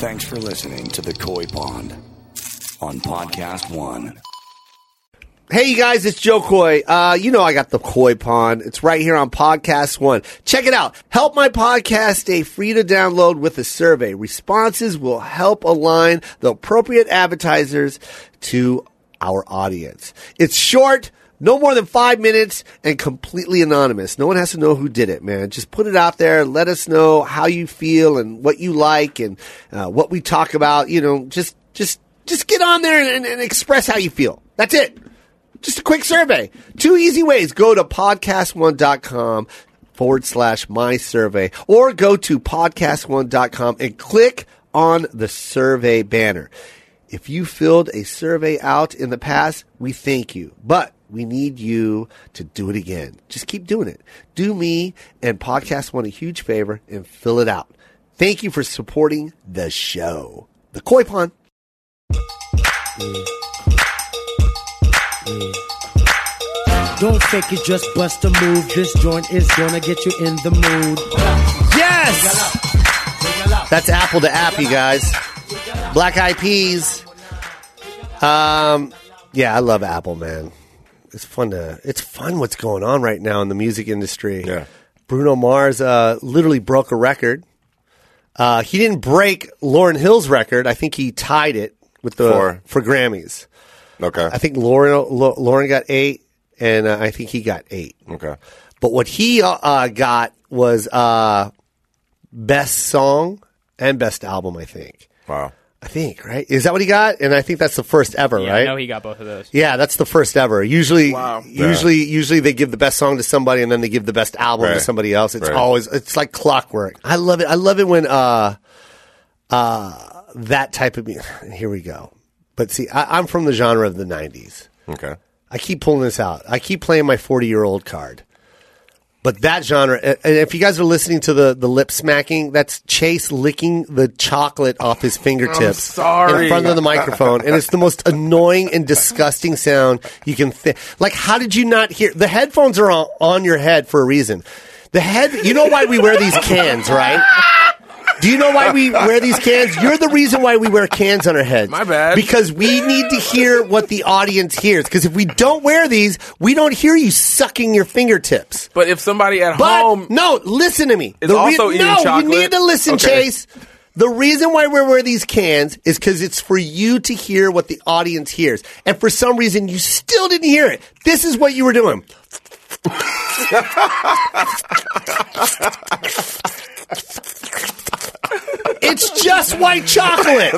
Thanks for listening to the Koi Pond on Podcast One. Hey, you guys, it's Joe Coy. Uh, you know, I got the Coy Pond. It's right here on Podcast One. Check it out. Help my podcast stay free to download with a survey. Responses will help align the appropriate advertisers to our audience. It's short, no more than five minutes, and completely anonymous. No one has to know who did it, man. Just put it out there. Let us know how you feel and what you like and uh, what we talk about. You know, just, just, just get on there and, and, and express how you feel. That's it just a quick survey. Two easy ways. Go to podcast1.com forward slash my survey or go to podcast1.com and click on the survey banner. If you filled a survey out in the past, we thank you, but we need you to do it again. Just keep doing it. Do me and Podcast One a huge favor and fill it out. Thank you for supporting the show. The Koi Pond. Don't fake it, just bust a move. This joint is gonna get you in the mood. Yes! That's Apple to App, you guys. Black Eyed Peas. Um, yeah, I love Apple, man. It's fun to. It's fun what's going on right now in the music industry. Yeah. Bruno Mars uh, literally broke a record. Uh, he didn't break Lauren Hill's record. I think he tied it with the For? for Grammys. Okay. I think Lauren Lo- Lauren got eight, and uh, I think he got eight. okay. But what he uh, uh, got was uh, best song and best album. I think. Wow. I think right. Is that what he got? And I think that's the first ever, Yeah, right? I know he got both of those. yeah, that's the first ever. Usually, Wow. usually, usually they give the best song to somebody, and then they give the best album to Right. somebody else. It's Right. always it's like clockwork. I love it. I love it when uh, uh, that type of music. Here we go. But see, I, I'm from the genre of the '90s. Okay. I keep pulling this out. I keep playing my 40 year old card. But that genre, and if you guys are listening to the, the lip smacking, that's Chase licking the chocolate off his fingertips sorry. in front of the microphone. and it's the most annoying and disgusting sound you can think. Like, how did you not hear? The headphones are on, on your head for a reason. The head, you know why we wear these cans, right? Do you know why we wear these cans? You're the reason why we wear cans on our heads. My bad. Because we need to hear what the audience hears. Because if we don't wear these, we don't hear you sucking your fingertips. But if somebody at But home, no, listen to me. It's also eating no, chocolate? you need to listen, Okay. Chase. The reason why we wear these cans is because it's for you to hear what the audience hears. And for some reason, you still didn't hear it. This is what you were doing. It's just white chocolate.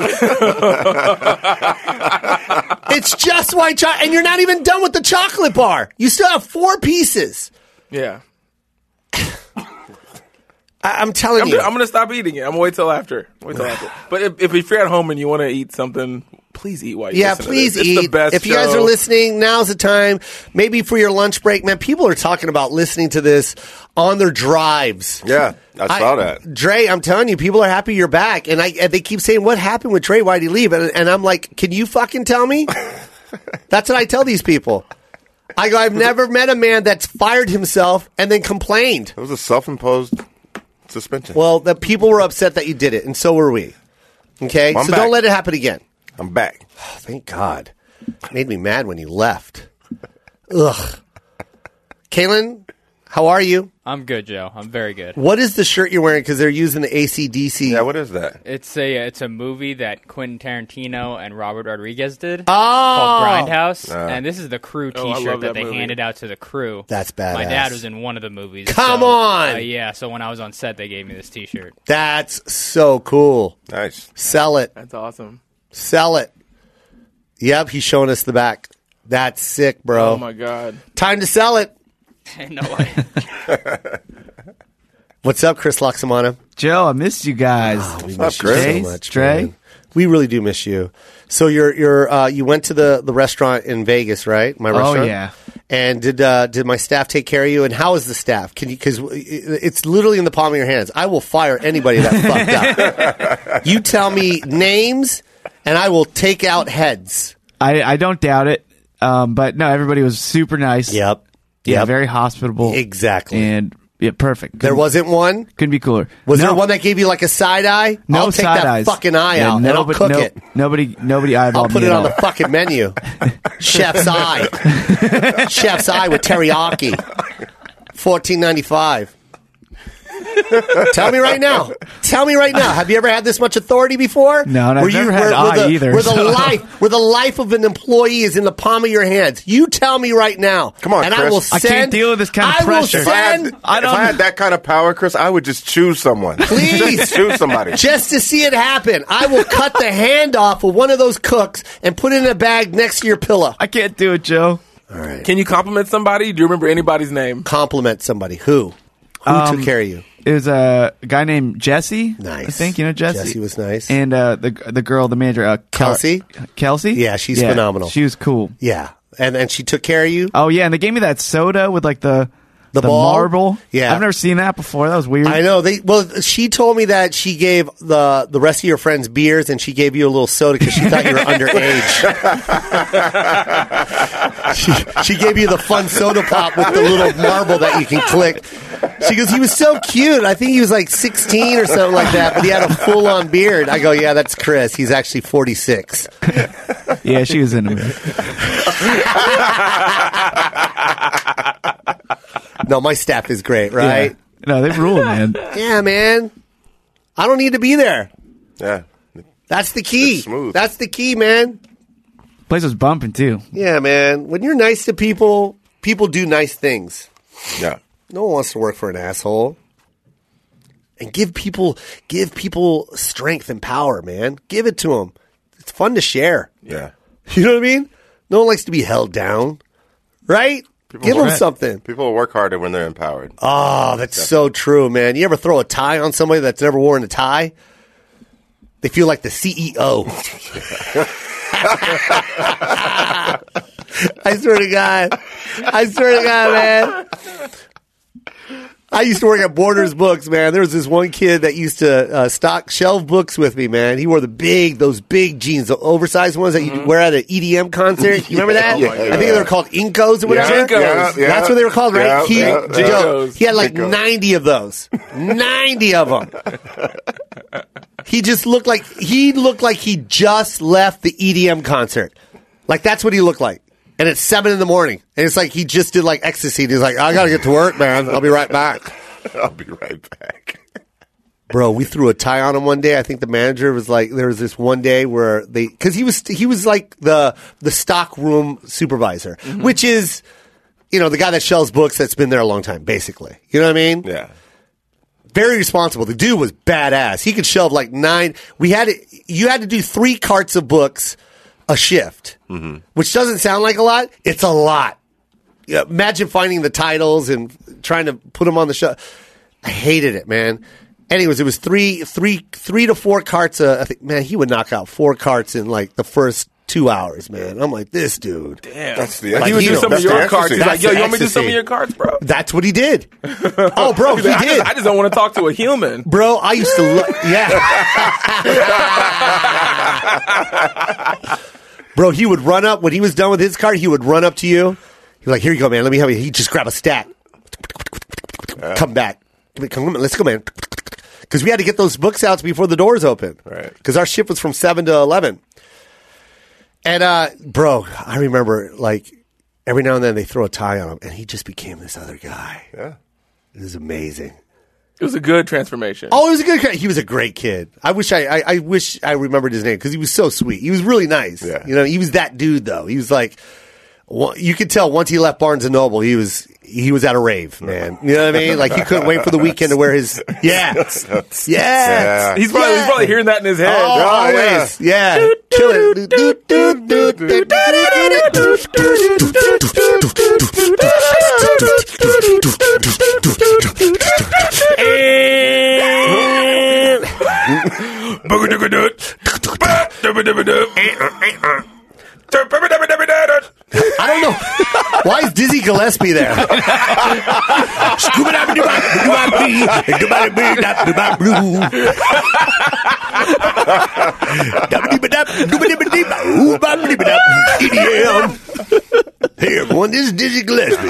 it's just white chocolate. And you're not even done with the chocolate bar. You still have four pieces. yeah, I- I'm telling I'm, you. gonna- I'm gonna stop eating it. I'm gonna wait till after. Wait till after. But if, if, you're at home and you want to eat something, please eat while you Yeah, listen to please this. eat. It's the best if you guys show. are listening, now's the time. Maybe for your lunch break, man. People are talking about listening to this on their drives. Yeah, I saw that. Dre, I'm telling you, people are happy you're back, and I and they keep saying, "What happened with Dre? Why would he leave?" And, and I'm like, "Can you fucking tell me?" that's what I tell these people. I go, "I've never met a man that's fired himself and then complained." It was a self-imposed suspension. Well, the people were upset that you did it, and so were we. Okay, I'm so back. don't let it happen again. I'm back. Thank God. Made me mad when he left. Ugh. Kaylin, how are you? I'm good, Joe. I'm very good. What is the shirt you're wearing? Because they're using the ACDC. Yeah, what is that? It's a it's a movie that Quentin Tarantino and Robert Rodriguez did Oh! called Grindhouse, and this is the crew Oh, I T-shirt love that, that they movie. handed out to the crew. That's My badass. dad was in one of the movies. Come so, on! uh, yeah. So when I was on set, they gave me this T-shirt. That's so cool. Nice. Sell it. That's awesome. Sell it. Yep, he's showing us the back. That's sick, bro. Oh my god. Time to sell it. no way. What's up, Chris Loxamana? Joe, I missed you guys. We up, miss you Chris? so Chase, much, Dre? man. We really do miss you. So you're you're uh, you went to the the restaurant in Vegas, right? My restaurant. Oh, yeah. And did uh, did my staff take care of you? And how is the staff? Can you because it's literally in the palm of your hands. I will fire anybody that fucked up. You tell me names, and I will take out heads. I, I don't doubt it. Um, but no, everybody was super nice. Yep. Yeah, Yep. very hospitable. Exactly. And Yeah, perfect. Couldn't, There wasn't one. couldn't be cooler. Was no, there one that gave you like a side eye? no I'll take side that eyes. fucking eye Yeah, out no, and I'll but cook no- it. Nobody, nobody eyeballed I'll put me it at on the all. fucking menu. Chef's eye. Chef's eye with teriyaki. Fourteen ninety five. Tell me right now. Tell me right now. Have you ever had this much authority before? No, and I've never had eye the, either, Where the so- life, where the life of an employee is in the palm of your hands. You tell me right now. Come on, and I Chris. will I send. can't deal with this kind of I will pressure. If I, had, send- if I had that kind of power, Chris, I would just choose someone. Please. just choose somebody. just to see it happen. I will cut the hand off of one of those cooks and put it in a bag next to your pillow. I can't do it, Joe. Can you compliment somebody? Do you remember anybody's name? Compliment somebody. Who? Who took care of you? It was a guy named Jesse. Nice. I think you know Jesse. Jesse was nice. And uh, the the girl, the manager, uh, Kel- Kelsey? Kelsey. Yeah, she's phenomenal. She was cool. Yeah. And and she took care of you. Oh yeah, and they gave me that soda with like the The ball? marble. Yeah. I've never seen that before. That was weird. I know they. Well, she told me that she gave the the rest of your friends beers, and she gave you a little soda because she thought you were underage. she, she gave you the fun soda pop with the little marble that you can click. She goes, he was so cute. I think he was like sixteen or something like that, but he had a full on beard. I go, yeah, that's Chris. He's actually forty six. Yeah, she was into it. No, my staff is great, right? Yeah. No, they rule, man. yeah man. I don't need to be there. Yeah. That's the key. It's smooth. That's the key, man. Place was bumping too. Yeah, man. When you're nice to people, people do nice things. Yeah. No one wants to work for an asshole. And give people give people strength and power, man. Give it to them. It's fun to share. Yeah. You know what I mean? No one likes to be held down, right? give them Right. something. People work harder when they're empowered. Oh, that's so true, man. You ever throw a tie on somebody that's never worn a tie? They feel like the E CEO. I swear to God. I swear to God, man. I used to work at Borders Books, man. There was this one kid that used to uh, stock shelf books with me, man. He wore the big, those big jeans, the oversized ones that you wear at an EDM concert. You remember that? Yeah. I think they were called Incos or whatever. Jinkos. Yeah, yeah. That's what they were called, right? Yeah, he, yeah, yeah. Yo, he had like Jinkos. 90 of those. 90 of them. he just looked like he looked like he just left the EDM concert. Like that's what he looked like. And it's seven in the morning. And it's like he just did like ecstasy. And he's like, I gotta get to work, man. I'll be right back. I'll be right back. Bro, we threw a tie on him one day. I think the manager was like, there was this one day where they, cause he was, he was like the, the stock room supervisor, which is, you know, the guy that shells books that's been there a long time, basically. You know what I mean? Yeah. Very responsible. The dude was badass. He could shelve like nine. We had it, you had to do three carts of books a shift, Mm-hmm. which doesn't sound like a lot. It's a lot. Yeah, imagine finding the titles and trying to put them on the show. I hated it, man. Anyways, it was three, three, three to four carts. Uh, I think, man, he would knock out four carts in like the first two hours, man. I'm like, this dude. That's the Like, He would you do know, some of that's the your cards. He's That's like, yo, the you want me to do ecstasy. some of your cards, bro? That's what he did. Oh, bro, he He's like, I, did. just, I just don't want to talk to a human. Bro, I used to love. Yeah. Bro, he would run up when he was done with his card. He would run up to you. He was like, "Here you go, man. Let me have it." He just grab a stack. Come back. Come, on, come on, let's go, man. Because we had to get those books out before the doors open. Right. Because our shift was from seven to eleven. And uh, bro, I remember like every now and then they throw a tie on him, and he just became this other guy. Yeah. It was amazing. It was a good transformation. Oh, he was a good kid. He was a great kid. I wish I, I, I wish I remembered his name because he was so sweet. He was really nice. Yeah. You know, he was that dude though. He was like, wa- you could tell once he left Barnes and Noble, he was he was at a rave, man. You know what I mean? Like he couldn't wait for the weekend to wear his yeah, yeah. Yeah. he's, probably, he's Yeah. probably hearing that in his Oh, head. Oh, yeah. always, yeah, kill it. I don't know why is Dizzy Gillespie there. EDM. Hey everyone, this is Dizzy Gillespie.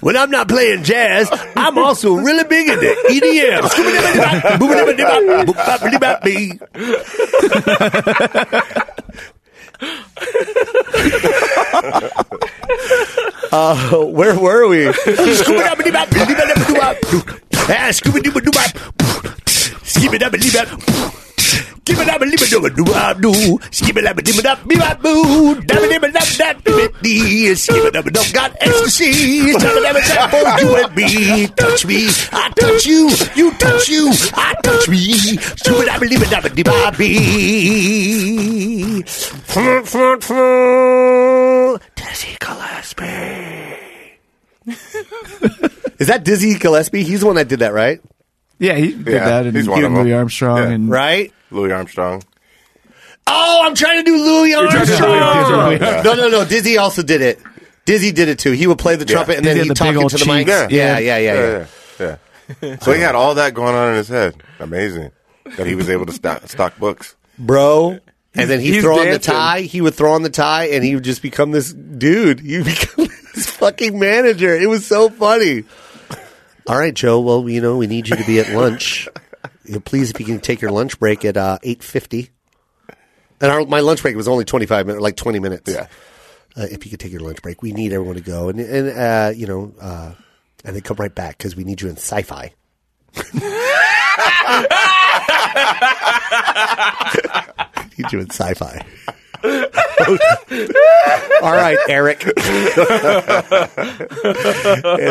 when I'm not playing jazz, I'm also really big into E EDM. Scooby-dibba-dibba, booba-dibba-dibba, boop-bop-dibba-bee. Uh, where were we? Ah, Got ecstasy. You and me. Touch me. I touch you. You touch you. I touch me. Dizzy Gillespie. Is that Dizzy Gillespie? He's the one that did that, right? Yeah, he did Yeah, that, and he's one of Louis them. Armstrong, Yeah. and Right? Louis Armstrong. Oh, I'm trying to do Louis trying to do Louis Armstrong. Armstrong. No, no, no. Dizzy also did it. Dizzy did it too. He would play the trumpet and Dizzy then had he'd the talk big old into the mic. Yeah, cheeks. yeah, yeah, yeah. Yeah, yeah. yeah. so he had all that going on in his head. Amazing that he was able to stock, stock books. Bro. And then he'd He's throw on the dancing. tie. He would throw on the tie and he would just become this dude. He'd become this fucking manager. It was so funny. All right, Joe. Well, you know, we need you to be at lunch. You know, Please, if you can take your lunch break at uh, 8.50. And our, my lunch break was only 25 minutes, like 20 minutes. Yeah. uh, if you could take your lunch break. We need everyone to go and and uh, you know uh, and then come right back because we need you in sci-fi. need you in sci-fi. All right, Eric. and,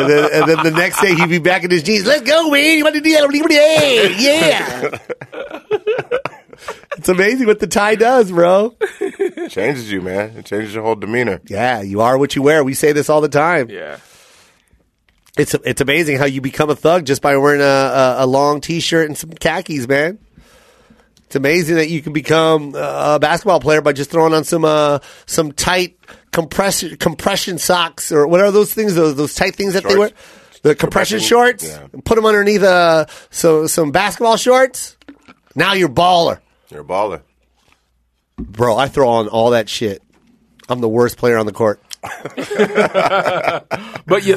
then, and then the next day he'd be back in his jeans. Let's go, man. You want to do that? Yeah. it's amazing what the tie does, bro. It changes you, man. It changes your whole demeanor. Yeah, you are what you wear. We say this all the time. Yeah. It's it's amazing how you become a thug just by wearing a, a, a long t shirt and some khakis, man. It's amazing that you can become uh, a basketball player by just throwing on some uh, some tight compression compression socks or what are those things? Those those tight things that they wear, Shorts. the compression, Compression, shorts. yeah. and Put them underneath uh, so some basketball shorts. Now you're baller, You're a baller. bro. I throw on all that shit. I'm the worst player on the court, But you But you're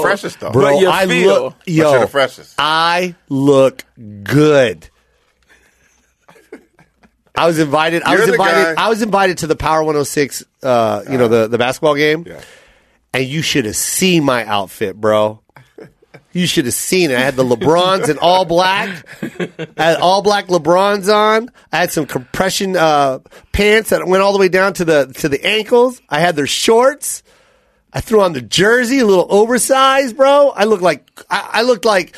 the freshest, though. bro. But you I feel- look, But yo, But you're the freshest. I look good. I was invited. I You're was the invited. guy. Uh-huh. I was invited to the Power 106. Uh, you know the the basketball game, yeah. and you should have seen my outfit, bro. You should have seen it. I had the LeBrons in all black. I had all black LeBrons on. I had some compression uh, pants that went all the way down to the to the ankles. I had their shorts. I threw on the jersey, a little oversized, bro. I looked like I, I looked like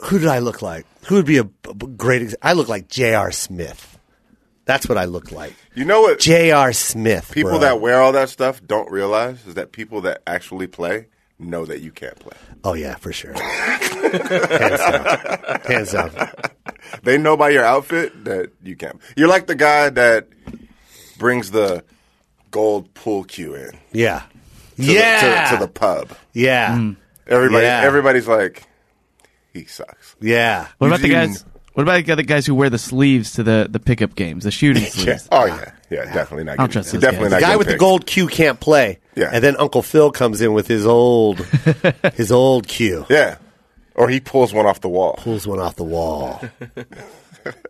who did I look like? Who would be a b- b- great? Ex- I look like J.R. Smith. That's what I look like. You know what? J.R. Smith. people bro. that wear all that stuff don't realize is that people that actually play know that you can't play. Oh yeah, for sure. Hands down. Hands down. They know by your outfit that you can't. You're like the guy that brings the gold pool cue in. To Yeah. the- yeah. to, to the pub. yeah. Mm. Everybody, Yeah. everybody's like, he sucks. Yeah. what about the Eugene. guys? What about the other guys who wear the sleeves to the the pickup games, the shooting sleeves? Oh yeah, yeah, definitely not. I'll getting- trust those definitely guys. not. The guy getting with the picked. gold cue can't play. Yeah. And then Uncle Phil comes in with his old his old cue. Yeah, or he pulls one off the wall Pulls one off the wall.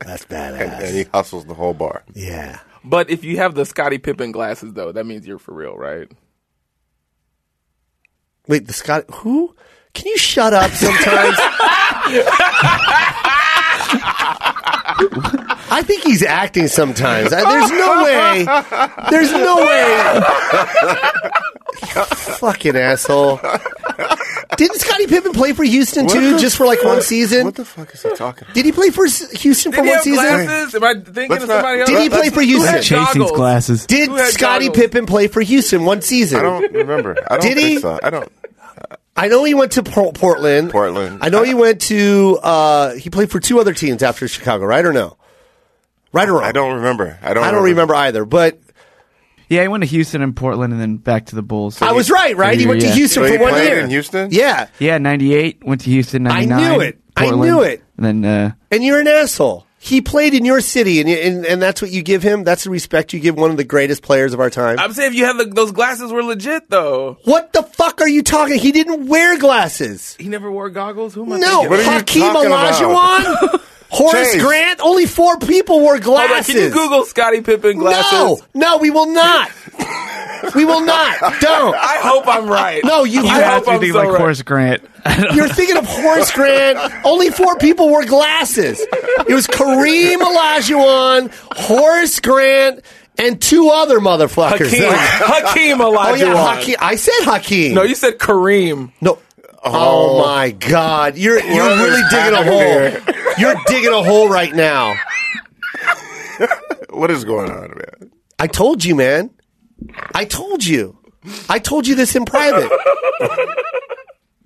That's and, and badass. he hustles the whole bar. Yeah. But if you have the Scottie Pippen glasses, though, that means you're for real, right? Wait, the Scott who? Can you shut up sometimes? I think he's acting sometimes. I, there's no way. There's no way. Fucking asshole. Didn't Scottie Pippen play for Houston too, just for like one season? What the fuck is he talking? about? Did he play for S- Houston Did for he one have season? glasses? Am I thinking Let's of not- somebody else? Did he play for Who Houston? had Chasing goggles? glasses. Did Who had Scottie goggles? Pippen play for Houston one season? I don't remember. I don't Did think he? so. I don't. I know he went to Por- Portland. Portland. I know he went to. Uh, he played for two other teams after Chicago, right or no? Right or wrong? I don't remember. I don't. I don't remember either. But Yeah, he went to Houston and Portland, and then back to the Bulls. I was right, right? He went to Yeah. Houston So he for one played year in Houston? Yeah, Yeah, ninety eight. Went to Houston. I knew 99, it. I knew Portland, it. And then uh, and you're an asshole. he played in your city, and, and and that's what you give him. That's the respect you give one of the greatest players of our time. I'm saying if you had the, those glasses were legit though. what the fuck are you talking? He didn't wear glasses. He never wore goggles. Who am I? No, thinking of? What are you Hakeem talking about? Olajuwon, Horace Chase. Oh, Grant. Only four people wore Hold on, glasses. can you Google Scottie Pippen glasses? No, no, we will not. we will not. Don't. I hope I'm right. No, you- I I hope That's I'm thinking so like right. Horace Grant. You're thinking of Horace Grant. Only four people wore glasses. It was Kareem Olajuwon, Horace Grant, and two other motherfuckers. Hakeem, Hakeem Olajuwon. Oh yeah, Hakeem. I said Hakeem. No, you said Kareem. No. Oh, my God! You're you're What really is digging a happening hole. here? You're digging a hole right now. What is going on, man? I told you, man. I told you. I told you this in private.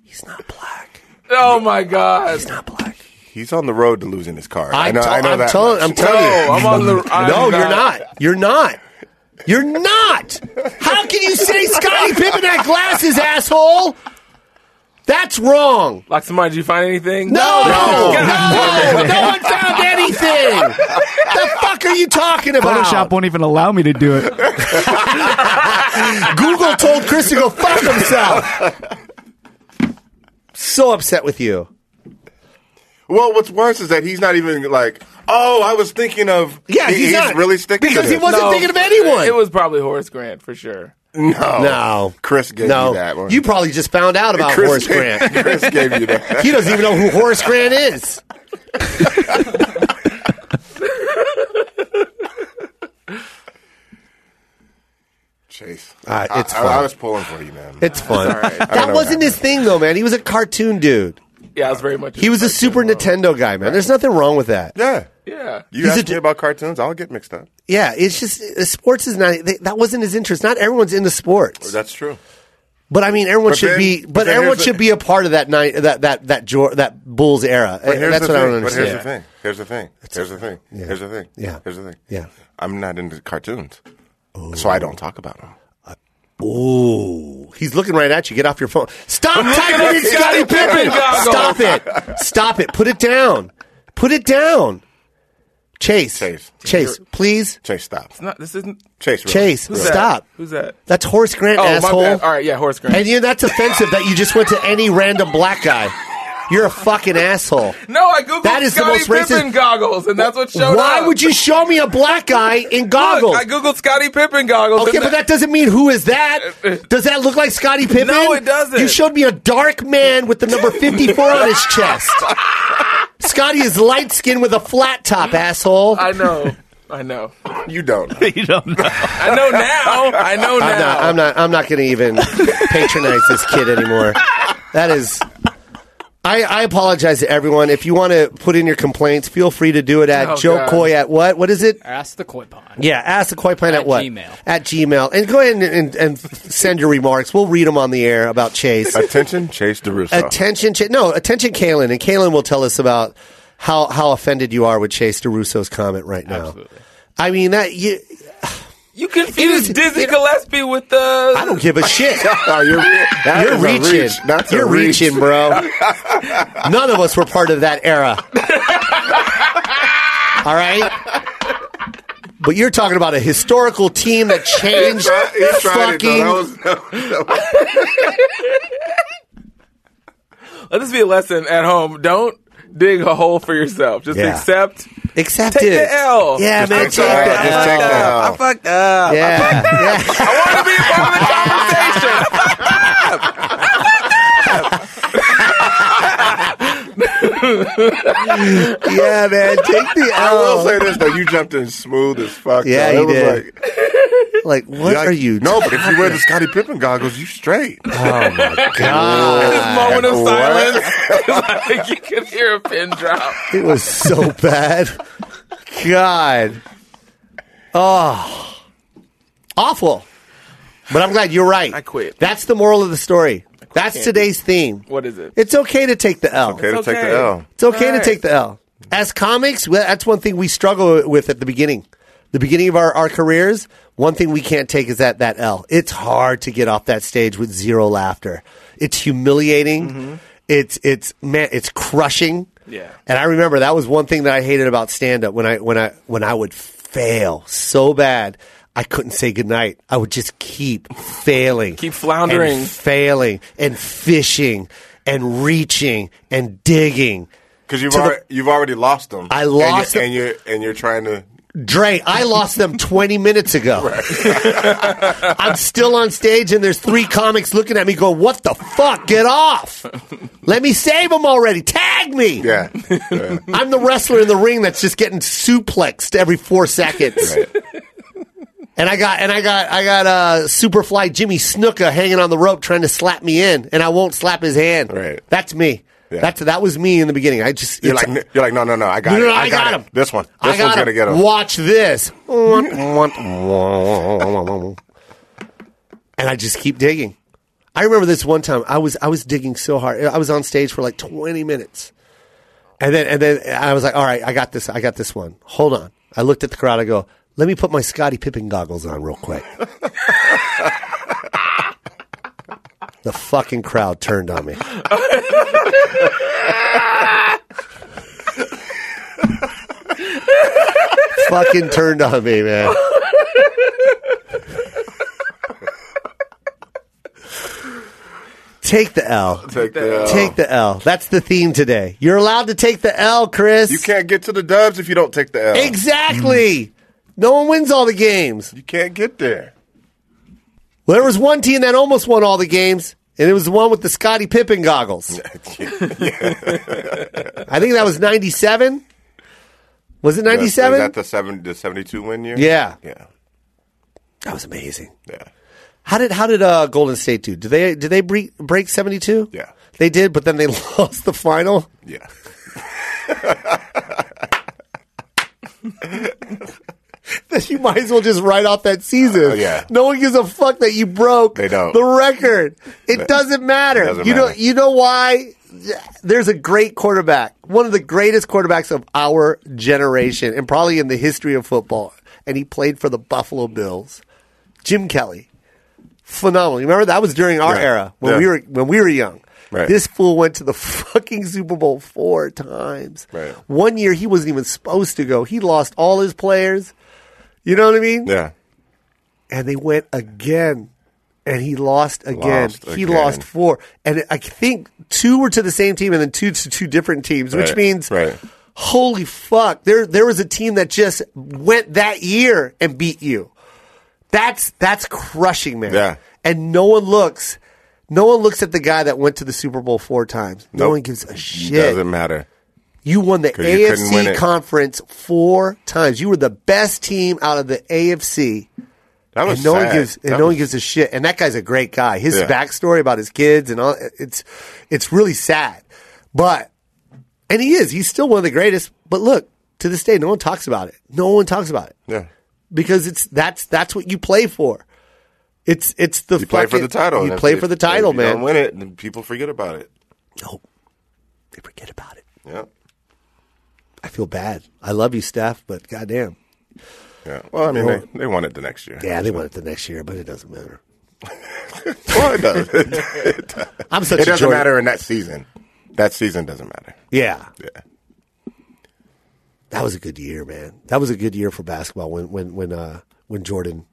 He's not black. Oh my God. Not black. He's on the road to losing his car. I, know. to- I know I'm that. telling. much. I'm telling you. No, I'm on the. I'm no, you're not. You're not. You're not. How can you say Scottie Pippen had glasses, asshole? That's wrong. Like, somebody, did you find anything? No, no, God no, one found anything. The fuck are you talking about? Photoshop won't even allow me to do it. Google told Chris to go fuck himself. So upset with you. Well, what's worse is that he's not even like. Oh, I was thinking of. Yeah, he's, not really sticking because to he this. wasn't No. thinking of anyone. It was probably Horace Grant for sure. No, no, Oh, Chris gave no. you that one. You probably just found out about Chris Horace gave- Grant. Chris gave you that. He doesn't even know who Horace Grant is. Chase, Uh, it's I, I, fine. I was pulling for you, man. It's fun. I don't That know wasn't what his thing, though, man. He was a cartoon dude. Yeah, I was very much. He was a Super Nintendo guy, man. There's nothing wrong with that. yeah. Yeah. You He's a asked d- me about cartoons. I'll get mixed up. Yeah, it's just uh, sports is not th- that wasn't his interest. Not everyone's into sports, That's true. but I mean, everyone But should then- be. but But then everyone here's the- should be a part of that night. That that that Jor- that Bulls era. Uh, But here's That's the what I thing. don't But here's the understand. thing. Here's the thing. Here's the thing. Here's the thing. Yeah. Here's the thing. Yeah. I'm not into cartoons, so I don't talk about them. Ooh, he's looking right at you. Get off your phone. Stop typing in Scottie Scottie Pippen. Pippen goggles. Stop it. Stop it. Put it down. Put it down. Chase. Chase. Chase. Please. Chase, stop. No, this isn't. Chase, really. Chase. Who's that? Stop. Who's that? That's Horace Grant, Oh, asshole. my bad. All right, yeah, Horace Grant. And you know, that's offensive that you just went to any random black guy. You're a fucking asshole. no, I googled That is the Scottie most racist- Pippen goggles, and that's what showed Why up. would you show me a black guy in Look, goggles? I googled Scottie Pippen goggles. Okay, and but that doesn't mean who is that. Does that look like Scottie Pippen? No, it doesn't. You showed me a dark man with the number 54 on his chest. Scotty is light skinned with a flat top, asshole. I know. I know. You don't. you don't know. I know now. I know now. I'm not, I'm not, I'm not going to even patronize this kid anymore. That is. I, I apologize to everyone. If you want to put in your complaints, feel free to do it at Oh, Joe God. Coy at what? What is it? Ask the koi pond. Yeah, ask the Koi Plant at, At what? Gmail. At Gmail. And go ahead and, and, and send your remarks. We'll read them on the air about Chase. Attention, Chase DeRusso. Attention, Cha- no, attention, Kalen, and Kalen will tell us about how how offended you are with Chase DeRusso's comment right now. Absolutely. I mean that you. You confused It is- Dizzy it- Gillespie with uh, the. I don't give a shit. oh, you're, that You're is a reaching. Reach. That's a You're reach. reaching, bro. None of us were part of that era. All right. But you're talking about a historical team that changed He tried it, fucking though. That was, that was- Let this be a lesson at home. Don't dig a hole for yourself. Just Yeah. accept. accept Take it. the L. Yeah, Just man, take take the L. the Just take the L. L. I fucked up. Yeah. yeah. I want to be a part of the conversation. Yeah, man, take the I will L. say this, though. You jumped in smooth as fuck. Oh. Yeah, you though. it was did. Like, Like, what like, are you? Oh, No, but if you wear the Scottie Pippen goggles, you straight. This God, moment of What? silence. It's like you could hear a pin drop. it was so bad. God, oh, awful. But I'm glad you're right. I quit. That's the moral of the story. That's today's theme. What is it? It's okay to take the L. Okay, to take okay. the L. It's okay to Right. take the L. As comics, well, that's one thing we struggle with at the beginning. The beginning of our, our careers, one thing we can't take is that, that L. It's hard to get off that stage with Mm-hmm. zero laughter. It's humiliating. It's, it's, man, it's crushing. Yeah. And I remember that was one thing that I hated about stand up when I when I when I would fail so bad. I couldn't say goodnight. I would just keep failing. Keep floundering. And failing and fishing and reaching and digging. Because you've To the- already, you've already lost them. I And lost 'em. you're- and you're and you're trying to. Dre, I lost them 20 minutes ago. I'm still on stage and there's three comics looking at me going, What the fuck? Get off. Let me save them already. Tag me. Yeah. Yeah. I'm the wrestler in the ring that's just getting suplexed every four seconds. Right. And I got and I got I got uh, Superfly Jimmy Snuka hanging on the rope trying to slap me in, and I won't slap his hand. Right. That's me. Yeah. That's that was me in the beginning. I just You're it's- like n- you're like no no no I got No, it no, I got it. him. This one. This I one's got gonna him. get him. Watch this. and I just keep digging. I remember this one time I was I was digging so hard. I was on stage for like 20 minutes. And then and then I was like, "All right, I got this. I got this one. Hold on." I looked at the crowd. I go, "Let me put my Scotty Pippen goggles on real quick." the fucking crowd turned on me. fucking turned on me, man. Take the L. Take the L. Take the L. That's the theme today. You're allowed to take the L, Chris. You can't get to the dubs if you don't take the L. Exactly. No one wins all the games. You can't get there. Well, there was one team that almost won all the games, and it was the one with the Scottie Pippen goggles. I think that was 97. Was it That's- Is 97? that the seven the seventy two win year? Yeah. Yeah. That was amazing. Yeah. How did how did uh, Golden State do? Did they did they break break 72? Yeah. They did, but then they lost the final. Yeah. you might as well just write off that season. Uh, yeah. No one gives a fuck that you broke They don't. the record. It It doesn't matter. doesn't you know matter. you know why? There's a great quarterback, one of the greatest quarterbacks of our generation and probably in the history of football. And he played for the Buffalo Bills. Jim Kelly. Phenomenal. You remember that was during our Right. era when Yeah. we were when we were young. Right. This fool went to the fucking Super Bowl four times. Right. One year he wasn't even supposed to go. He lost all his players. You know what I mean? Yeah. And they went again. And he lost again. Lost he again. lost four. And I think two were to the same team and then two to two different teams, which Right, means right. holy fuck. There there was a team that just went that year and beat you. That's that's crushing, man. Yeah. And no one looks no one looks at the guy that went to the Super Bowl four times. No Nope. one gives a shit. Doesn't matter. You won the 'Cause you couldn't win AFC it. conference four times. You were the best team out of the AFC, That was and no one sad. gives and That no was- one gives a shit. And that guy's a great guy. His Yeah. backstory about his kids and all it's it's really sad, but and he is he's still one of the greatest. But look, to this day, no one talks about it. No one talks about it Yeah. because it's that's that's what you play for. It's it's the You play for fucking- the title. You and if- play if- for the if title, you man. Don't win it, and people forget about it. Nope. They forget about it. Yeah. I feel bad. I love you, Steph, but goddamn. Yeah. Well, I mean, Well- they, they won it the next year. Yeah, they want it the next year, but it doesn't matter. Well, it does. it I'm such a doesn't Jordan. matter in that season. That season doesn't matter. Yeah, Yeah. that was a good year, man. That was a good year for basketball when when when uh, when Jordan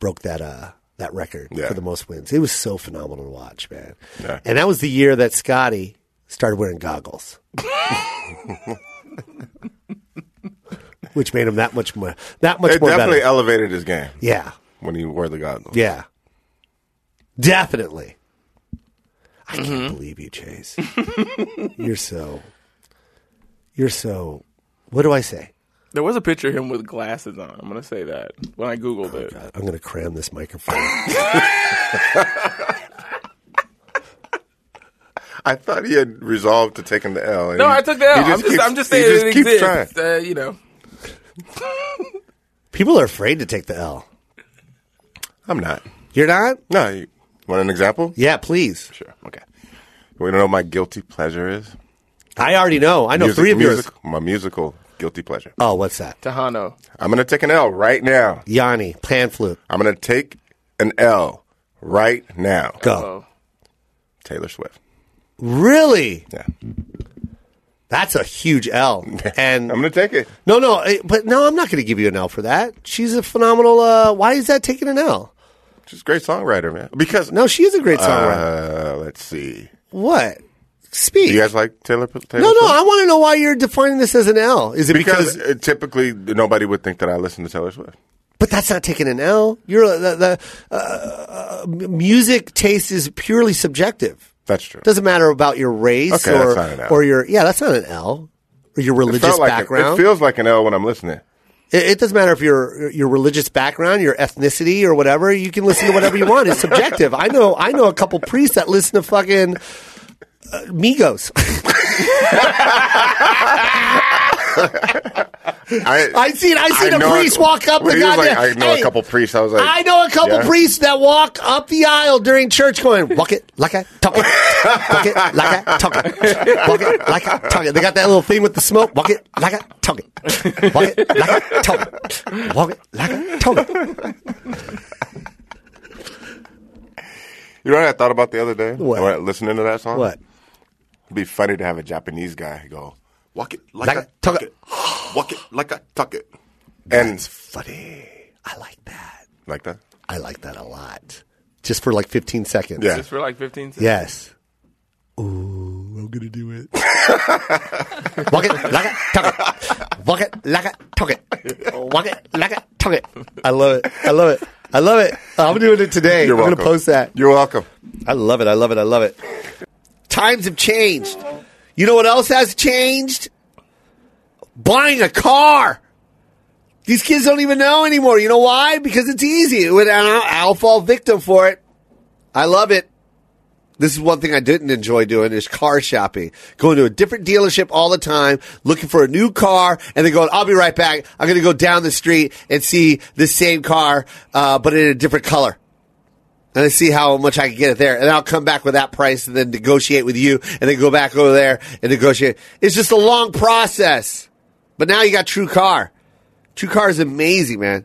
broke that uh, that record Yeah. for the most wins. It was so phenomenal to watch, man. Yeah. And that was the year that Scotty started wearing goggles. Which made him that much more that much It more definitely uh, better. elevated his game yeah. when he wore the goggles. Yeah. Definitely. I can't Mm-hmm. believe you, Chase. you're so. You're so. What do I say? There was a picture of him with glasses on. I'm gonna say that when I googled it. God, I'm going to cram this microphone. I thought he had resolved to taking the L. and No, he- I took that. he out. I'm just, keeps- I'm just he saying it keeps exists. Uh, you know, People are afraid to take the L. I'm not. You're not? No, you want an example? Yeah, please. Sure. Okay. We don't know what my guilty pleasure is. I already know. I know Music- three of yours. music- My musical guilty pleasure. Oh, what's that? Tejano. I'm going to take an L right now. Yanni, pan flute. I'm going to take an L right now. Go. Oh, Taylor Swift. Really? Yeah. That's a huge L. And I'm going to take it. no, no, eh, but no, I'm not going to give you an L for that. She's a phenomenal. Uh, why is that taking an L? She's a great songwriter, man. Because No, she is a great songwriter. Uh, let's see. what? Speak. Do you guys like Taylor? Taylor no, no, Swift? I want to know why you're defining this as an L. Is it because? because, uh, typically nobody would think that I listen to Taylor Swift. but that's not taking an L. You're a- the, the uh, m- music taste is purely subjective. That's true. Doesn't matter about your race Okay, or that's not an L. or your yeah, that's not an L. Or your It felt religious like background. It, it feels like an L when I'm listening. It, it doesn't matter if your your religious background, your ethnicity, or whatever. You can listen to whatever you want. It's subjective. I know. I know a couple priests that listen to fucking uh, Migos. I, I seen. I seen a know- priest walk up the when he was goddamn. like, I know Hey, a couple priests. I was like, I know a couple yeah. priests that walk up the aisle during church going, walk it like I talk it, walk it like I talk it, walk it like I talk it. They got that little thing with the smoke, walk it like I talk it, walk it like I talk it, walk it like I talk it. You know what I thought about the other day? What? When I- listening to that song? What? It'd be funny to have a Japanese guy go, walk it like, Like I a tuck tuck it. Walk it like I tuck it. And Funny. I like that. like that? I like that a lot. Just for like 15 seconds. Yeah. Just for like 15 seconds. Yes. Ooh, I'm gonna do it. Walk it like a tuck it. Walk it like a tuck it. Oh. Walk it like a tuck it. I love it. I love it. I love it. I'm doing it today. You're I'm welcome. gonna post that. You're welcome. I love it. I love it. I love it. Times have changed. You know what else has changed? Buying a car. These kids don't even know anymore. You know why? Because it's easy. And I'll, I'll fall victim for it. I love it. This is one thing I didn't enjoy doing is car shopping. Going to a different dealership all the time, looking for a new car, and then going, I'll be right back. I'm going to go down the street and see this same car, uh, but in a different color and I see how much I can get it there. And then I'll come back with that price and then negotiate with you and then go back over there and negotiate. It's just a long process. But now you got True Car. True Car is amazing, man.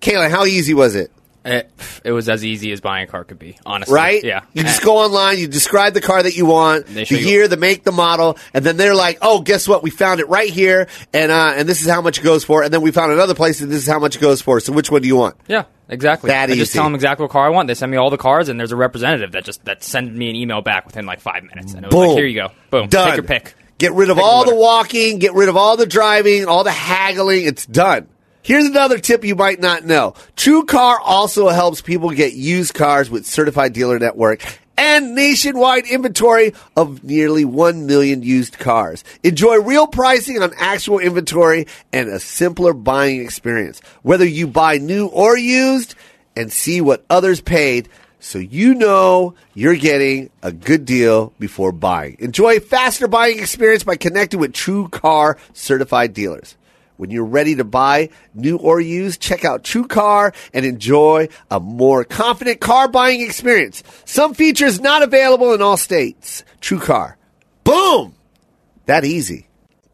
Kayla, how easy was it? It, pff, it was as easy as buying a car could be, honestly. Right? Yeah. You just go online, you describe the car that you want, They the show you- year, the make, the model, and then they're like, "Oh, guess what? We found it right here, and uh, and this is how much it goes for." And then we found another place, and this is how much it goes for. So, which one do you want? Yeah, exactly. That I just easy. tell them exactly what car I want. They send me all the cars, and there's a representative that just that sent me an email back within like five minutes, and it was Boom. like, "Here you go, boom, Done. take your pick." Get rid of Pick all the the winner. walking, get rid of all the driving, all the haggling. It's done. Here's another tip you might not know. True Car also helps people get used cars with certified dealer network and nationwide inventory of nearly 1 million used cars. Enjoy real pricing on actual inventory and a simpler buying experience. Whether you buy new or used and see what others paid so you know you're getting a good deal before buying. Enjoy a faster buying experience by connecting with True Car certified dealers. When you're ready to buy new or used, check out True Car and enjoy a more confident car buying experience. Some features not available in all states. True Car. Boom! That easy.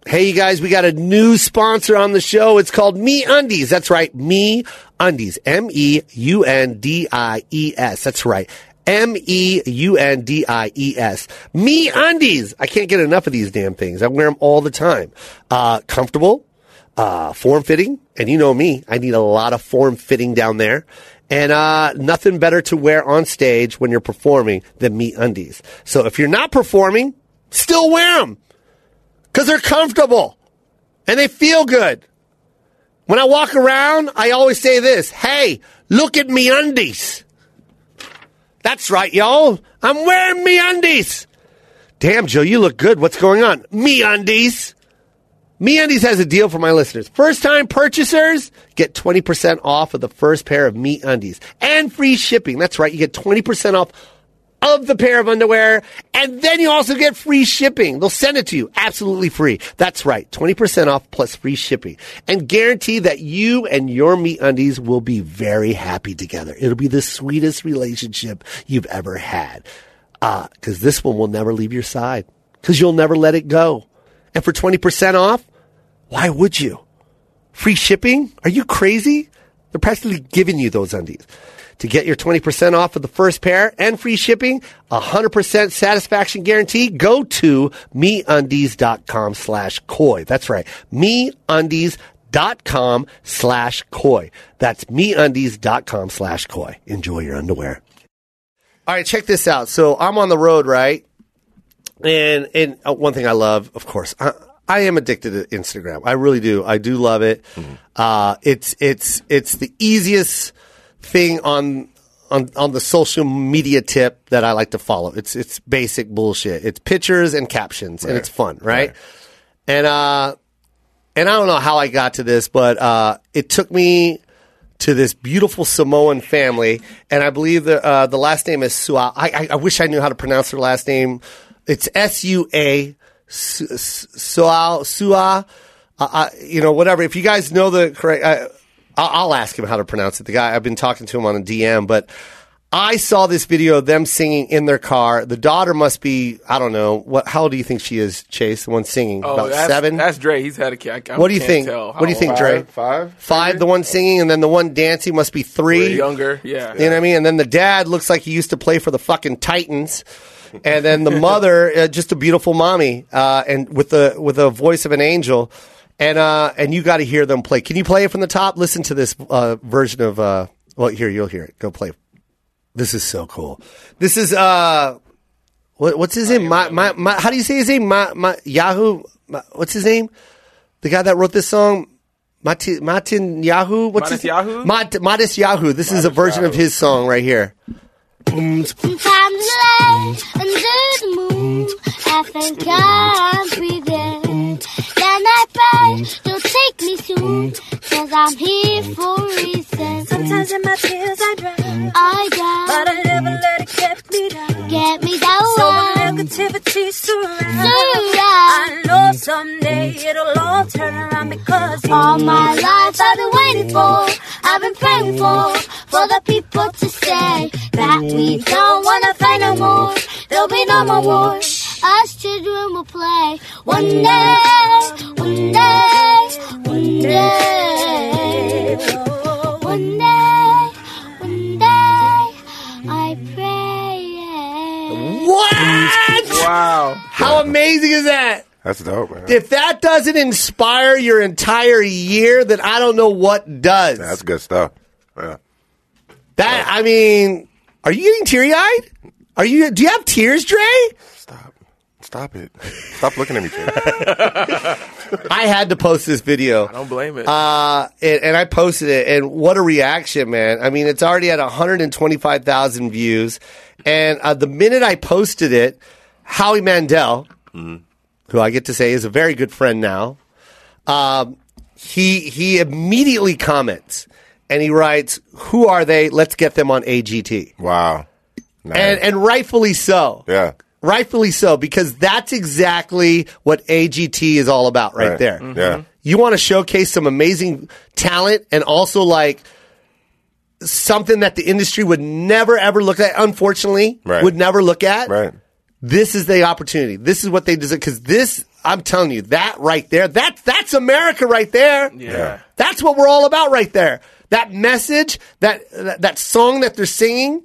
Hey, you guys, we got a new sponsor on the show. It's called Me Undies. That's right. Me Undies. M E U N D I E S. That's right. M E U N D I E S. Me Undies. I can't get enough of these damn things. I wear them all the time. Uh, comfortable, uh, form fitting. And you know me, I need a lot of form fitting down there. And uh, nothing better to wear on stage when you're performing than Me Undies. So if you're not performing, still wear them because they're comfortable and they feel good. When I walk around, I always say this Hey, look at me undies. That's right, y'all. I'm wearing me undies. Damn, Joe, you look good. What's going on? Me undies. MeUndies has a deal for my listeners. First-time purchasers get 20% off of the first pair of MeUndies and free shipping. That's right, you get 20% off of the pair of underwear and then you also get free shipping. They'll send it to you absolutely free. That's right, 20% off plus free shipping and guarantee that you and your MeUndies will be very happy together. It'll be the sweetest relationship you've ever had. Uh, cuz this one will never leave your side cuz you'll never let it go. And for 20% off, why would you? Free shipping? Are you crazy? They're practically giving you those undies. To get your 20% off of the first pair and free shipping, 100% satisfaction guarantee, go to MeUndies.com slash koi. That's right, MeUndies.com slash koi. That's MeUndies.com slash koi. Enjoy your underwear. All right, check this out. So I'm on the road, right? And and uh, one thing I love, of course, I, I am addicted to Instagram. I really do. I do love it. Uh, it's it's it's the easiest thing on on on the social media tip that I like to follow. It's it's basic bullshit. It's pictures and captions, and it's fun, right? And uh, and I don't know how I got to this, but uh, it took me to this beautiful Samoan family, and I believe the uh, the last name is Sua. I, I, I wish I knew how to pronounce their last name. It's S U A Sua Sua. Uh, uh, you know, whatever. If you guys know the correct, I, I'll I'll ask him how to pronounce it. The guy I've been talking to him on a DM, but I saw this video of them singing in their car. The daughter must be I don't know what. How old do you think she is, Chase? The one singing about Oh, that's, seven. That's Dre. He's had a kid. I- I What do you can't think? tell how What do you old- think, Dre? Five, five, Five, the one singing, and then the one dancing must be three. Younger. Yeah. You know what I mean? And then the dad looks like he used to play for the fucking Titans. And then the mother, uh, just a beautiful mommy, uh, and with the with the voice of an angel, and uh, and you got to hear them play. Can you play it from the top? Listen to this uh, version of uh, well, here you'll hear it. Go play. This is so cool. This is uh, what, what's his name? My, my, my, how do you say his name? My, my Yahoo. My, what's his name? The guy that wrote this song, Martin, Martin Yahoo. What's Modest his Yahoo? Mad, Modest Yahoo. This is a version of his song right here. Sometimes late under the moon, I think I'm breathing. Then I pray you'll take me soon, cause I'm here for a reason. Sometimes in my tears I drown, I but got I never let it get me down. get me So when down. negativity surrounds, Surround. I know someday it'll all turn around because All my life I've been waiting for, I've been praying for, for the people to say that we don't wanna fight no more. There'll be no more war. Us children will play one day, one day, one day, one day, one day. I pray. What? Wow. How amazing is that? That's dope, man. If that doesn't inspire your entire year, then I don't know what does. That's good stuff. Yeah. that I mean, are you getting teary eyed? Are you? Do you have tears, Dre? Stop. Stop it. Stop looking at me, Jake. I had to post this video. Don't blame it. uh, and, and I posted it, and what a reaction, man! I mean, it's already at 125,000 views, and uh, the minute I posted it, Howie Mandel, who I get to say is a very good friend now, um, he he immediately comments and he writes, "Who are they? Let's get them on AGT," Wow. Nice. and and rightfully so. yeah. Rightfully so, because that's exactly what AGT is all about right, Right. there. Mm-hmm. Yeah. You want to showcase some amazing talent and also like something that the industry would never ever look at, unfortunately, Right. would never look at. Right. This is the opportunity. This is what they deserve. Because this, I'm telling you, that right there, that's that's America right there. Yeah. That's what we're all about right there. That message, that that, that song that they're singing,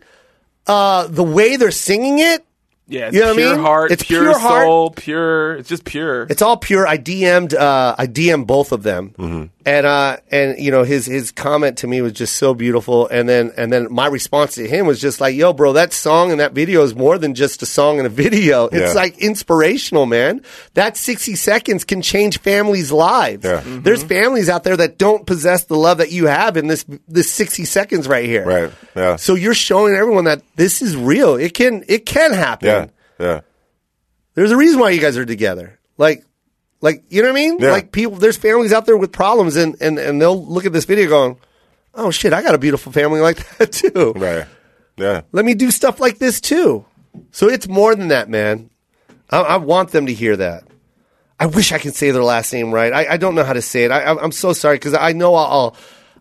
uh, the way they're singing it, Yeah, it's You know what I pure mean? heart, It's pure, pure heart. soul, pure. It's just pure. It's all pure. I DM'd, uh, I DM'd both of them, Mm-hmm. and uh, and you know his his comment to me was just so beautiful, and then and then my response to him was just like, "Yo, bro, that song and that video is more than just a song and a video. It's Yeah. like inspirational, man. That sixty seconds can change families' lives. Mm-hmm. Yeah. Mhm. There's families out there that don't possess the love that you have in this this sixty seconds right here. Right. Yeah. So you're showing everyone that this is real. It can it can happen. Yeah. Yeah. There's a reason why you guys are together. Like, like you know what I mean? Yeah. Like people, there's families out there with problems, and and and they'll look at this video going, "Oh shit, I got a beautiful family like that too. Right. Yeah. Let me do stuff like this too." So it's more than that, man. I, I want them to hear that. I wish I could say their last name right. I, I don't know how to say it. I, I'm- I'm so sorry because I know I'll, I'll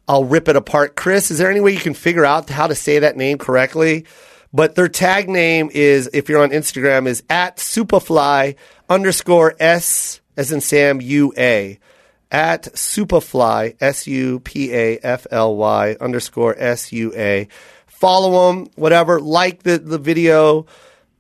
I'll rip it apart. Chris, is there any way you can figure out how to say that name correctly? But their tag name is, if you're on Instagram, is at Superfly underscore S as in Sam U A at Superfly S U P A F L Y underscore S U A. follow them, whatever. Like the the video,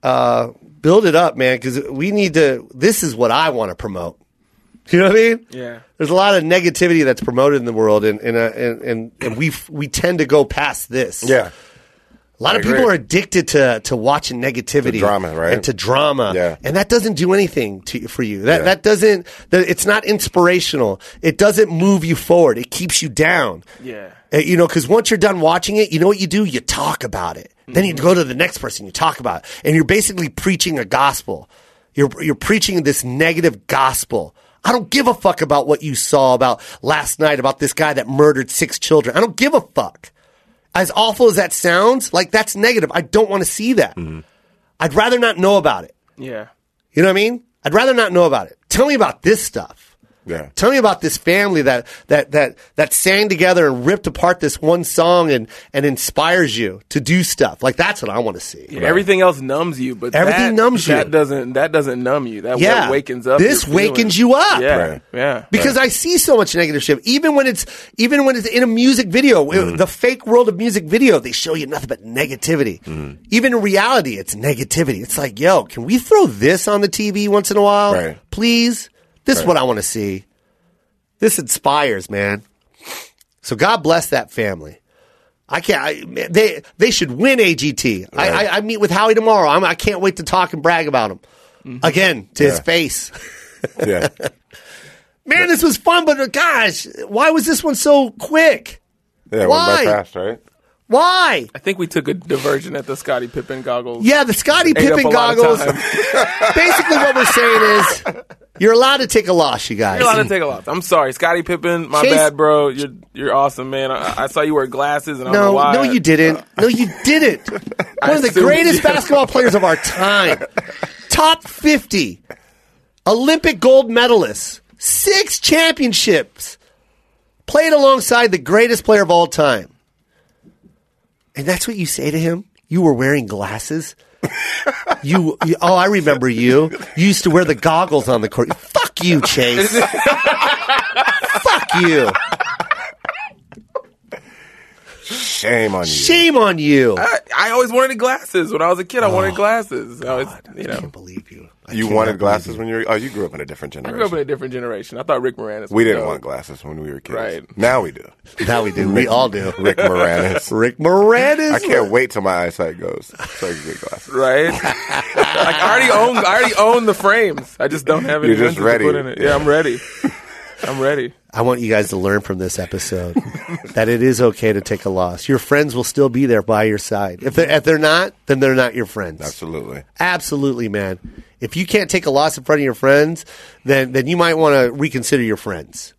uh, build it up, man, because we need to. This is what I want to promote. You know what I mean? Yeah. There's a lot of negativity that's promoted in the world, and and uh, and, and, and we we tend to go past this. Yeah. A lot I of people agree. are addicted to to watching negativity, To drama, right? And to drama, Yeah. And that doesn't do anything to for you. That Yeah. that doesn't. That it's not inspirational. It doesn't move you forward. It keeps you down. Yeah. Uh, you know, because once you're done watching it, you know what you do? You talk about it. Then you go to the next person. You talk about it, and you're basically preaching a gospel. You're you're preaching this negative gospel. I don't give a fuck about what you saw about last night about this guy that murdered six children. I don't give a fuck as awful as that sounds, like that's negative. I don't want to see that. I'd rather not know about it. Yeah. You know what I mean? I'd rather not know about it. Tell me about this stuff. Yeah. Tell me about this family that that that that sang together and ripped apart this one song and and inspires you to do stuff. Like that's what I want to see. Yeah, Everything else numbs you, but Everything that, numbs you. That doesn't that doesn't numb you. That Yeah. that wakens up. This your feelings. wakens you up. Yeah, Right. yeah. Because I see so much negative shit, even when it's even when it's in a music video, Mm-hmm. the fake world of music video, they show you nothing but negativity. Mm-hmm. Even in reality, it's negativity. It's like, yo, can we throw this on the TV once in a while, Right. please? This is what I want to see. This inspires, man. So God bless that family. I can't. I, man, they they should win AGT. I, I I meet with Howie tomorrow. I'm, I can't wait to talk and brag about him Mm-hmm. again to his Yeah. face. Yeah. Man, this was fun, but uh, gosh, why was this one so quick? Yeah. Why? Went by fast, right? Why? I think we took a diversion at the Scottie Pippen goggles. Yeah, the Scotty Ate up Pippen a lot of goggles. time. Basically, what we're saying is you're allowed to take a loss, you guys. You're allowed to take a lot. I'm sorry, Scottie Pippen. My Chase- bad, bro. You're you're awesome, man. I, I saw you wear glasses, and I don't know no, why. no, you didn't. No, you didn't. One of the Uh, assumed greatest you- basketball players of our time, top fifty, Olympic gold medalist, six championships, played alongside the greatest player of all time. And that's what you say to him. You were wearing glasses. You, you oh, I remember you. You used to wear the goggles on the court. Fuck you, Chase. Fuck you. Shame on you. Shame on you. I I, I always wanted glasses when I was a kid. I Oh, wanted glasses. I was, you know, can't believe you. I You cannot wanted believe you. glasses when you were. Oh, you grew up in a different I generation. grew up in a different generation. I thought Rick Moranis. we didn't was want dope. glasses when we were kids. Right. Now we do. Now we do. We all do. Rick Moranis. Rick Moranis. I can't wait till my eyesight goes so I can get glasses. Right? like I already own. I already own the frames. I just don't have any. You're just lenses to ready. put in it. Yeah, I'm ready. I'm ready. I want you guys to learn from this episode that it is okay to take a loss. Your friends will still be there by your side. If they're, if they're not, then they're not your friends. Absolutely. Absolutely, man. If you can't take a loss in front of your friends, then then you might want to reconsider your friends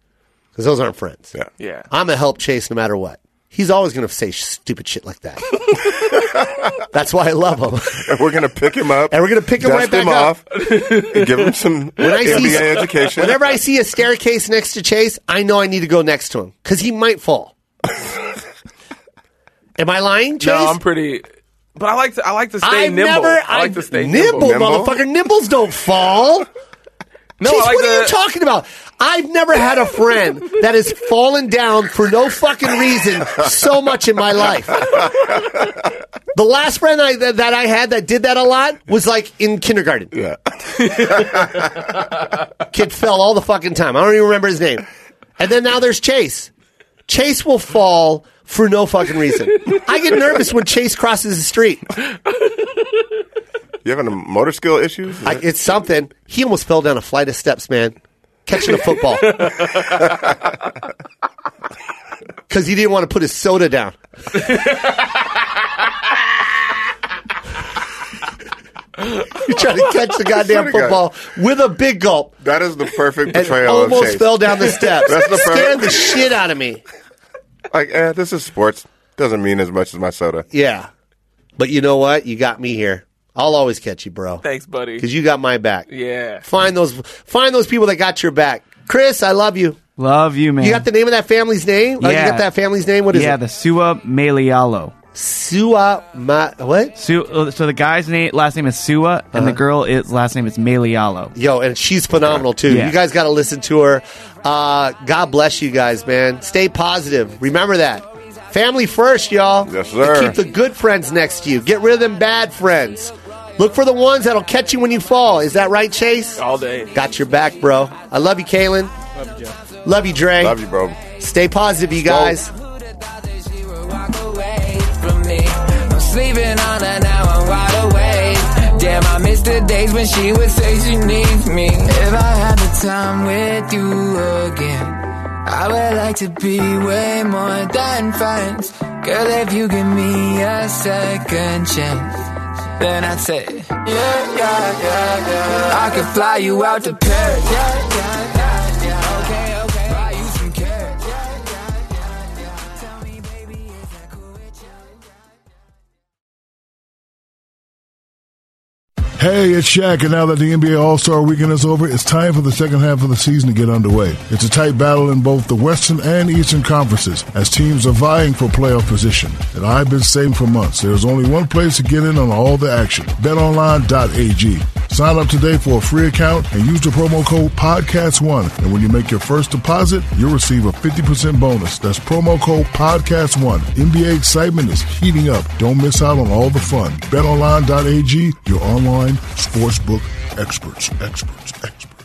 because those aren't friends. Yeah. Yeah. I'm a help chase no matter what. He's always going to say stupid shit like that. That's why I love him. And we're gonna pick him up, And we're gonna pick him right dust back him up. off, and give him some I see- NBA education. Whenever I see a staircase next to Chase, I know I need to go next to him because he might fall. Am I lying, Chase? No, I'm pretty. But I like to. I like to stay I've nimble. never. I like to stay nimble, nimble. Nimble? motherfucker. Nimbles don't fall. No, Chase, I like what to, are you talking about? I've never had a friend that has fallen down for no fucking reason so much in my life. The last friend I, that, that I had that did that a lot was like in kindergarten. Yeah. Kid fell all the fucking time. I don't even remember his name. And then now there's Chase. Chase will fall for no fucking reason. I get nervous when Chase crosses the street. You having a motor skill issues? I, it's something. He almost fell down a flight of steps, man, catching a football because he didn't want to put his soda down. he tried to catch the goddamn Swear to God. football with a big gulp that is the perfect and portrayal of almost Chase. fell down the steps. That's the perfect- Scared the shit out of me. Like, eh, this is sports. Doesn't mean as much as my soda. Yeah, but you know what? You got me here. I'll always catch you, bro. Thanks, buddy. Because you got my back. yeah. Find those find those people that got your back. Chris, I love you. Love you, man. You got the name of that family's name? Uh, Yeah. you got that family's name? What is yeah, it? the Sua Malialo. Sua Ma what? Su- uh, so the guy's name, last name is Sua, and the girl is last name is Malialo. Yo, and she's phenomenal too. Yeah. You guys gotta listen to her. Uh, God bless you guys, man. Stay positive. Remember that. Family first, y'all. Yes, sir. Keep the good friends next to you. Get rid of them bad friends. Look for the ones that'll catch you when you fall. Is that right, Chase? All day. Got your back, bro. I love you, Kalen. Love you, Love you, Dre. Love you, bro. Stay positive, you guys. Sleeping on her now, I'm wide awake. Damn, I miss the days when she would say she needs me. If I had the time with you again, I would like to be way more than friends. Girl, if you give me a second chance, then I'd say, Yeah, yeah, yeah, yeah. I could fly you out to Paris. Yeah, yeah, yeah, yeah. Okay, okay. Buy you some carrots. Yeah, yeah, yeah, yeah. Tell me, baby, is that cool with you? Hey, it's Shaq, and now that the NBA All Star weekend is over, it's time for the second half of the season to get underway. It's a tight battle in both the Western and Eastern conferences as teams are vying for playoff position. And I've been saying for months there's only one place to get in on all the action betonline.ag. Sign up today for a free account and use the promo code PODCAST1. And when you make your first deposit, you'll receive a 50% bonus. That's promo code PODCAST1. NBA excitement is heating up. Don't miss out on all the fun. BetOnline.ag, your online sportsbook experts, experts, experts.